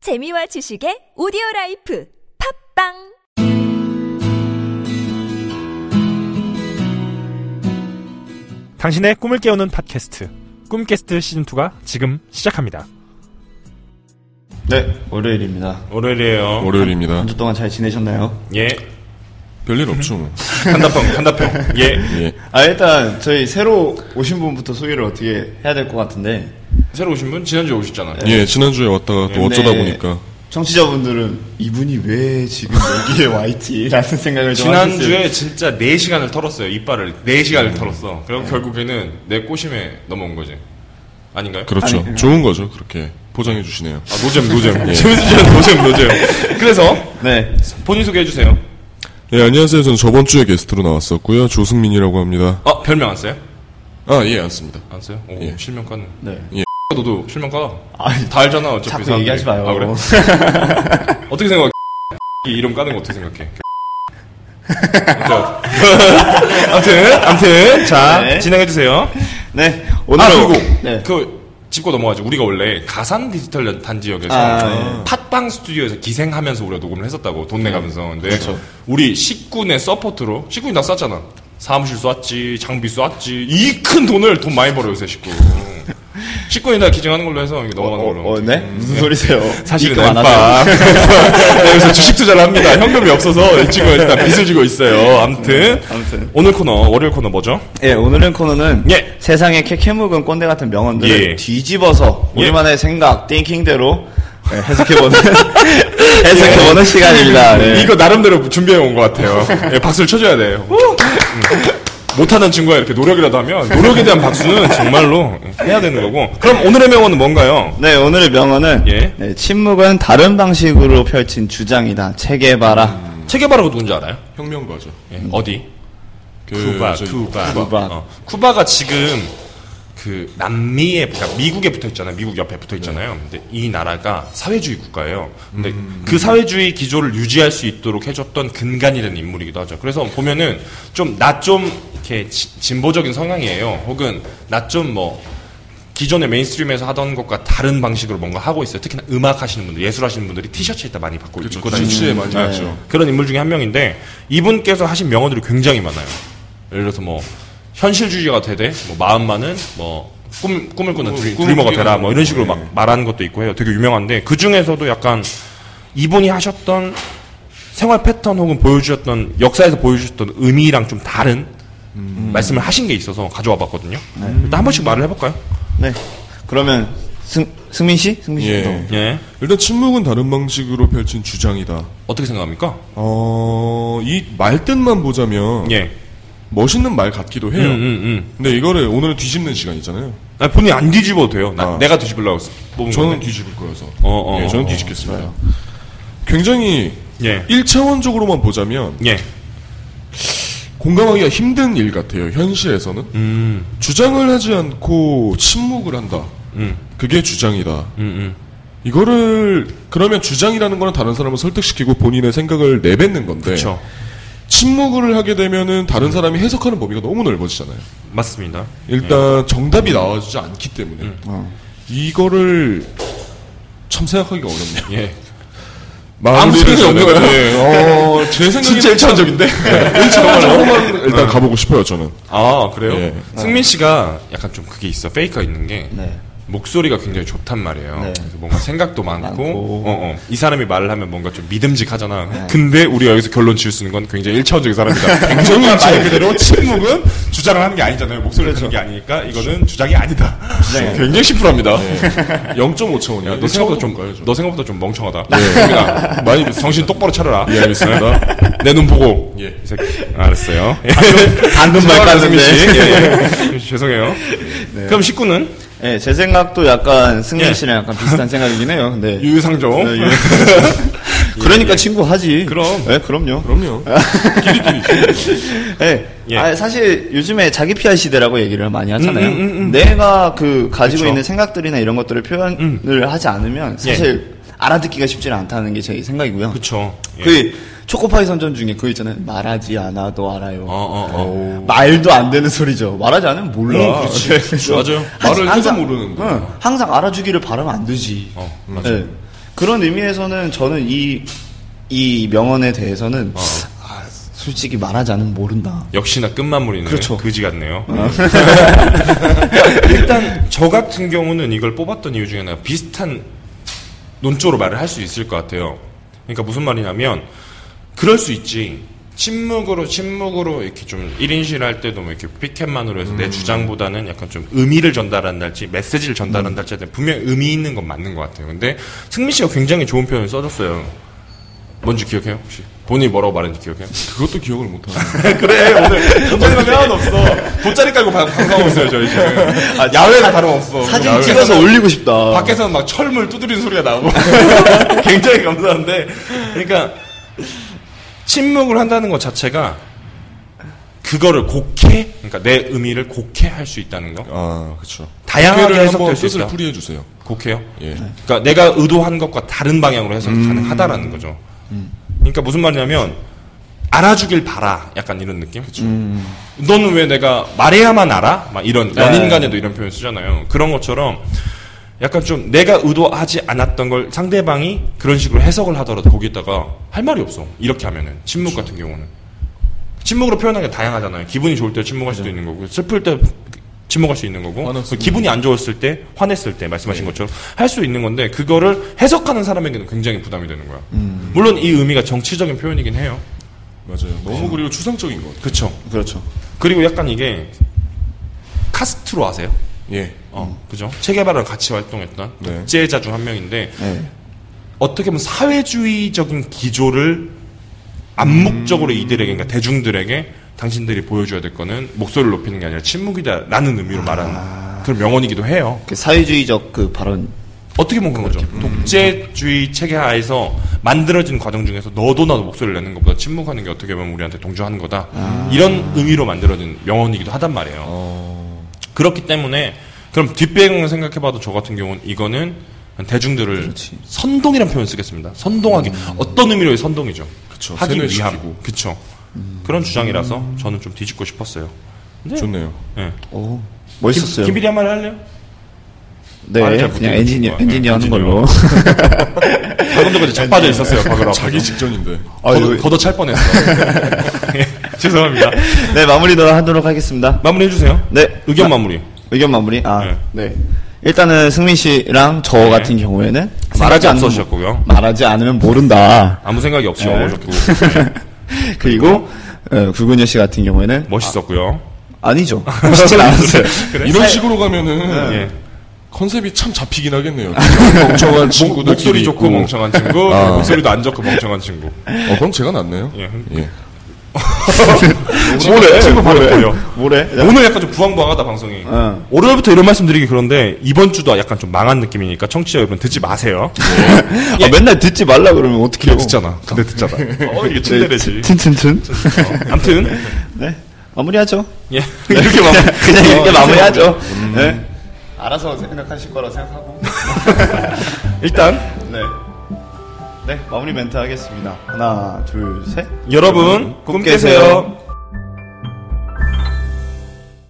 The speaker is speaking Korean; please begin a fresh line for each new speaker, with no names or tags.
재미와 지식의 오디오 라이프 팝빵
당신의 꿈을 깨우는 팟캐스트 꿈캐스트 시즌 2가 지금 시작합니다.
네, 월요일입니다.
월요일이에요.
월요일입니다.
한 주 동안 잘 지내셨나요?
예.
별일 없죠. 뭐.
한다평, 한다평. 예.
예.
아, 일단 저희 새로 오신 분부터 소개를 어떻게 해야 될 것 같은데
새로 오신 분? 지난주에 오셨잖아요.
예, 지난주에 왔다가
뭐
또 어쩌다
네.
근데
보니까
네, 청취자분들은 이분이 왜 지금 여기에 와 있지라는 생각을 좀
지난주에 진짜 4시간을 털었어요. 이빨을. 4시간을 털었어. 그리고 결국에는 내 꼬심에 넘어온 거지. 아닌가요?
그렇죠. 좋은 거죠. 그렇게 포장해 주시네요. 예.
아, 노잼, 노잼. 재밌으시면 노잼, 노잼. 그- 그래서
하셨어요. 네,
본인 소개해주세요.
예, 안녕하세요. 저는 저번 주에 게스트로 나왔었고요. 조승민이라고 합니다.
아, 별명 안 써요?
아, 예, 안습니다.
안 써요? 오,
예.
실명가는.
네.
너도 실명가?
아니,
다 알잖아, 어차피.
자꾸
사람들이.
얘기하지 마요.
아, 그래? 어떻게 생각해? 이 이름 까는 거 어떻게 생각해? 자, 아무튼, 아무튼, 자,
네.
진행해주세요.
네,
아,
오늘
그리고,
네,
그, 짚고 넘어가죠. 우리가 원래 가산 디지털 단지역에서
아,
팟빵 스튜디오에서 기생하면서 우리가 녹음을 했었다고
네.
돈 내가면서. 근데
그렇죠.
우리 식군의 서포트로, 식군이 나 쐈잖아. 사무실 쐈지, 장비 쐈지, 이 큰 돈을 돈 많이 벌어 요새 식군. 식군이 나 기증하는 걸로 해서 이게
어,
넘어가는 걸로.
어, 네, 무슨 소리세요?
사실은
입금 안 하세요?
엠빵. 네, 여기서 주식 투자를 합니다. 현금이 없어서 이 친구가 일단 빚을 지고 있어요. 아무튼.
아무튼.
오늘 코너, 월요일 코너 뭐죠?
예, 오늘은 코너는
예.
세상의 캐캐묵은 꼰대 같은 명언들을
예.
뒤집어서
예.
우리만의 생각, 띵킹대로 예, 해석해보는 해석해보는 시간입니다. 네.
예. 이거 나름대로 준비해 온 것 같아요. 예, 박수를 쳐줘야 돼요. 음. 못하는 친구가 이렇게 노력이라도 하면 노력에 대한 박수는 정말로 해야 되는 거고. 그럼 오늘의 명언은 뭔가요?
네, 오늘의 명언은
예.
네, 침묵은 다른 방식으로 펼친 주장이다. 체계바라.
체계바라가 누군지 알아요?
혁명가죠.
예, 어디?
그
쿠바,
저기
쿠바,
쿠바.
어, 쿠바가 지금 그 남미에, 그러니까 미국에 붙어 있잖아요. 미국 옆에 붙어 있잖아요.
네.
근데 이 나라가 사회주의 국가예요. 근데
음.
그 사회주의 기조를 유지할 수 있도록 해줬던 근간이 된 인물이기도 하죠. 그래서 보면은 좀 나 좀 이렇게 지- 진보적인 성향이에요. 혹은 나 좀뭐 기존의 메인스트림에서 하던 것과 다른 방식으로 뭔가 하고 있어요. 특히나 음악 하시는 분들, 예술 하시는 분들이 티셔츠 일단 많이 받고
그렇죠.
입고 다니는
티셔츠에 많이
네.
있죠.
그런 인물 중에 한 명인데 이분께서 하신 명언들이 굉장히 많아요. 예를 들어서 뭐 현실주의가 되되 뭐 마음만은 뭐 꿈, 꿈을 꾸는
꿈을
드리, 머가
꾸는
되라 뭐 이런 식으로
네.
막 말하는 것도 있고 해요. 되게 유명한데 그 중에서도 약간 이분이 하셨던 생활 패턴 혹은 보여주셨던 역사에서 보여주셨던 의미랑 좀 다른 말씀을 하신 게 있어서 가져와 봤거든요. 일단 한 번씩 말을 해볼까요?
네. 그러면 승, 승민 씨? 승민 씨.
예.
예.
일단 침묵은 다른 방식으로 펼친 주장이다.
어떻게 생각합니까?
어, 이 말뜻만 보자면
예.
멋있는 말 같기도 해요.
음, 음, 음.
근데 이거를 오늘은 뒤집는 시간 있잖아요.
아, 본인 안 뒤집어도 돼요. 나,
아.
내가 뒤집으려고 뽑은
저는
건데.
뒤집을 거여서.
어, 어,
예, 저는
어,
뒤집겠습니다. 굉장히
예.
1차원적으로만 보자면
예.
공감하기가 힘든 일 같아요. 현실에서는
음.
주장을 하지 않고 침묵을 한다.
음.
그게 주장이다.
음. 음.
이거를 그러면 주장이라는 거는 다른 사람을 설득시키고 본인의 생각을 내뱉는 건데
그렇죠.
침묵을 하게 되면은 다른 사람이 해석하는 범위가 너무 넓어지잖아요.
맞습니다.
일단
음.
정답이 나와주지 않기 때문에 이거를 참 생각하기가 어렵네요.
예.
마무리를
생각이
저는-
없는 거예요?
예, 어, 제 생각에는
진짜 일차원적인데?
네. 일차원적으로만 일단 가보고 싶어요. 저는
아, 그래요?
예.
승민 씨가 약간 좀 그게 있어. 페이커 있는 게.
네.
목소리가 굉장히 좋단 말이에요.
네.
그래서 뭔가 생각도 많고,
많고.
어, 어. 이 사람이 말을 하면 뭔가 좀 믿음직하잖아. 근데 우리가 여기서 결론 지을 수 있는 건 굉장히 일차원적인 사람이다. 굉장히 네. 말 그대로 침묵은 주장을 하는 게 아니잖아요. 목소리를 듣는 게 아니니까 이거는 주장이 아니다. 굉장히 심플합니다.
0.5차원이야.
너 생각보다 좀, 너 생각보다 좀 멍청하다. 승민아, 많이 정신 똑바로 차려라.
예, 알겠습니다.
내 눈 보고.
예.
이 새끼. 알았어요. 예.
방금 말
죄송합니다, 승민 씨.
깠는데. 네.
예, 예. 죄송해요. 그럼 19는
예, 제 생각도 약간 승민
예.
씨랑 약간 비슷한 생각이긴 해요. 근데.
유유상종.
네, 유- 그러니까 친구 하지.
예. 그럼.
예, 그럼요.
그럼요.
예.
예.
아, 사실 요즘에 자기 피할 시대라고 얘기를 많이 하잖아요.
음, 음, 음, 음.
내가 그 가지고
그쵸. 음.
있는 생각들이나 이런 것들을 표현을 하지 않으면 사실 알아듣기가 쉽지 는 않다는 게 제 생각이고요.
예. 그쵸. 예.
그 초코파이 선전 중에 그거 있잖아요. 말하지 않아도 알아요.
어, 어.
말도 안 되는 소리죠. 말하지 않으면 몰라.
어, 그렇지.
그래서
맞아요.
항상-
말을 해도 모르는 거야.
응, 항상 알아주기를 바라면 안 되지.
어,
네. 그런 의미에서는 저는 이, 이 명언에 대해서는
어.
아, 솔직히 말하지 않으면 모른다.
역시나 끝마무리는
그렇죠.
그지 같네요. 일단 저 같은 경우는 이걸 뽑았던 이유 중에 하나 비슷한 논조로 말을 할 수 있을 것 같아요. 그러니까 무슨 말이냐면 그럴 수 있지. 침묵으로 침묵으로 이렇게 좀 1인실 할 때도 뭐 이렇게 피켓만으로 해서
음.
내 주장보다는 약간 좀 의미를 전달한달지 메시지를
음.
전달한달지 할 분명 히 의미 있는 건 맞는 것 같아요. 근데 승민 씨가 굉장히 좋은 표현을 써줬어요. 뭔지 기억해요 혹시? 본인이 뭐라고 말했는지 기억해요?
그것도 기억을 못하네.
그래 오늘 전자리가 하나도 없어 돗자리 깔고 방, 방송하고 있어요 저희 지금 야외가 다름없어 그렇죠.
사진
야외가
찍어서 올리고 싶다.
밖에서는 막 철물 두드리는 소리가 나고 굉장히 감사한데 그러니까 침묵을 한다는 것 자체가 그거를 곡해 그러니까 내 의미를 곡해 할 수 있다는 거
아, 그렇죠.
다양하게
한번
해석될 수
뜻을
있다
풀이해 주세요.
곡해요
예.
그러니까 내가 의도한 것과 다른 방향으로 해서 가능하다라는 거죠. 그러니까 무슨 말이냐면 알아주길 바라 약간 이런 느낌. 음. 너는 왜 내가 말해야만 알아? 막 이런 연인간에도 이런 표현 쓰잖아요. 그런 것처럼 약간 좀 내가 의도하지 않았던 걸 상대방이 그런 식으로 해석을 하더라도 거기다가 할 말이 없어. 이렇게 하면은 침묵 같은 경우는 침묵으로 표현하는 게 다양하잖아요. 기분이 좋을 때 침묵할 수도 있는 거고 슬플 때 침묵할 수 있는 거고
네.
그
화났을 네. 때.
기분이 안 좋았을 때 화냈을 때 말씀하신 것처럼 할 수 있는 건데 그거를 해석하는 사람에게는 굉장히 부담이 되는 거야.
음.
물론 이 의미가 정치적인 표현이긴 해요.
맞아요. 너무 그리고 추상적인 것. 같아요.
그렇죠.
그렇죠.
그리고 약간 이게 카스트로 아세요?
예.
어, 그죠? 체계바랑 같이 활동했던
네.
독재자 중 한 명인데
네.
어떻게 보면 사회주의적인 기조를 암묵적으로 이들에게, 그러니까 대중들에게 당신들이 보여줘야 될 거는 목소리를 높이는 게 아니라 침묵이다라는 의미로 말하는 그런 명언이기도 해요.
그 사회주의적 그 발언.
어떻게 보면 그런 거죠. 독재주의 체계하에서 만들어진 과정 중에서 너도 나도 목소리를 내는 것보다 침묵하는 게 어떻게 보면 우리한테 동조하는 거다. 이런 의미로 만들어진 명언이기도 하단 말이에요. 그렇기 때문에 그럼 뒷배경을 생각해봐도 저 같은 경우는 이거는 대중들을 선동이란 표현 쓰겠습니다. 선동하기 어떤 의미로의 선동이죠.
그쵸,
하기
세뇌시키고.
위함. 그쵸. 그런 주장이라서 저는 좀 뒤집고 싶었어요.
좋네요.
예.
오, 멋있었어요.
김, 비리 한 말 할래요?
네,
말을 잘
그냥
못해요,
엔지니어,
친구가.
엔지니어 하는 걸로.
방금 전까지 네. 자빠져 있었어요. 박을
자기 직전인데.
아유.
걷어 찰 뻔했어. 예, 죄송합니다.
네, 마무리 를 하도록 하겠습니다.
마무리 해주세요.
네.
의견
마-
마무리.
의견 마무리. 아,
네.
네. 일단은 승민 씨랑 저
네.
같은 경우에는
말하지
생각지 않는
않으셨고요.
모- 말하지 않으면 모른다.
아무 생각이 없이
네.
어머졌고
그리고 어, 굴근여 씨 같은 경우에는
뭐 멋있었고요.
아니죠. 멋있진 않았어요.
이런 식으로 가면은
예.
컨셉이 참 잡히긴 하겠네요. 네. 멍청한 음.
목,
친구들
목소리 좋고 아. 멍청한 친구, 목소리도 안 좋고 멍청한 친구.
어, 그럼 제가 낫네요.
예.
예.
뭐래?
친구 바로
뭐래?
걸려.
뭐래?
오늘 약간 좀 부황부황하다 방송이.
어.
월요일부터 이런 말씀 드리기 그런데 이번 주도 약간 좀 망한 느낌이니까 청취자 여러분 듣지 마세요.
아, 맨날 듣지 말라 그러면 어떻게 해요? 네,
듣잖아. 근데 듣잖아. 어 이게 예, 침대래지.
튼튼튼.
아무튼
네. 마무리하죠.
예.
이렇게 마무리. 그냥 이렇게
어,
마무리하죠. 네. 알아서 생각하실 거라 생각하고.
일단
네. 네, 마무리 멘트 하겠습니다. 하나, 둘, 셋.
여러분 꿈
꿈 깨세요.
깨세요.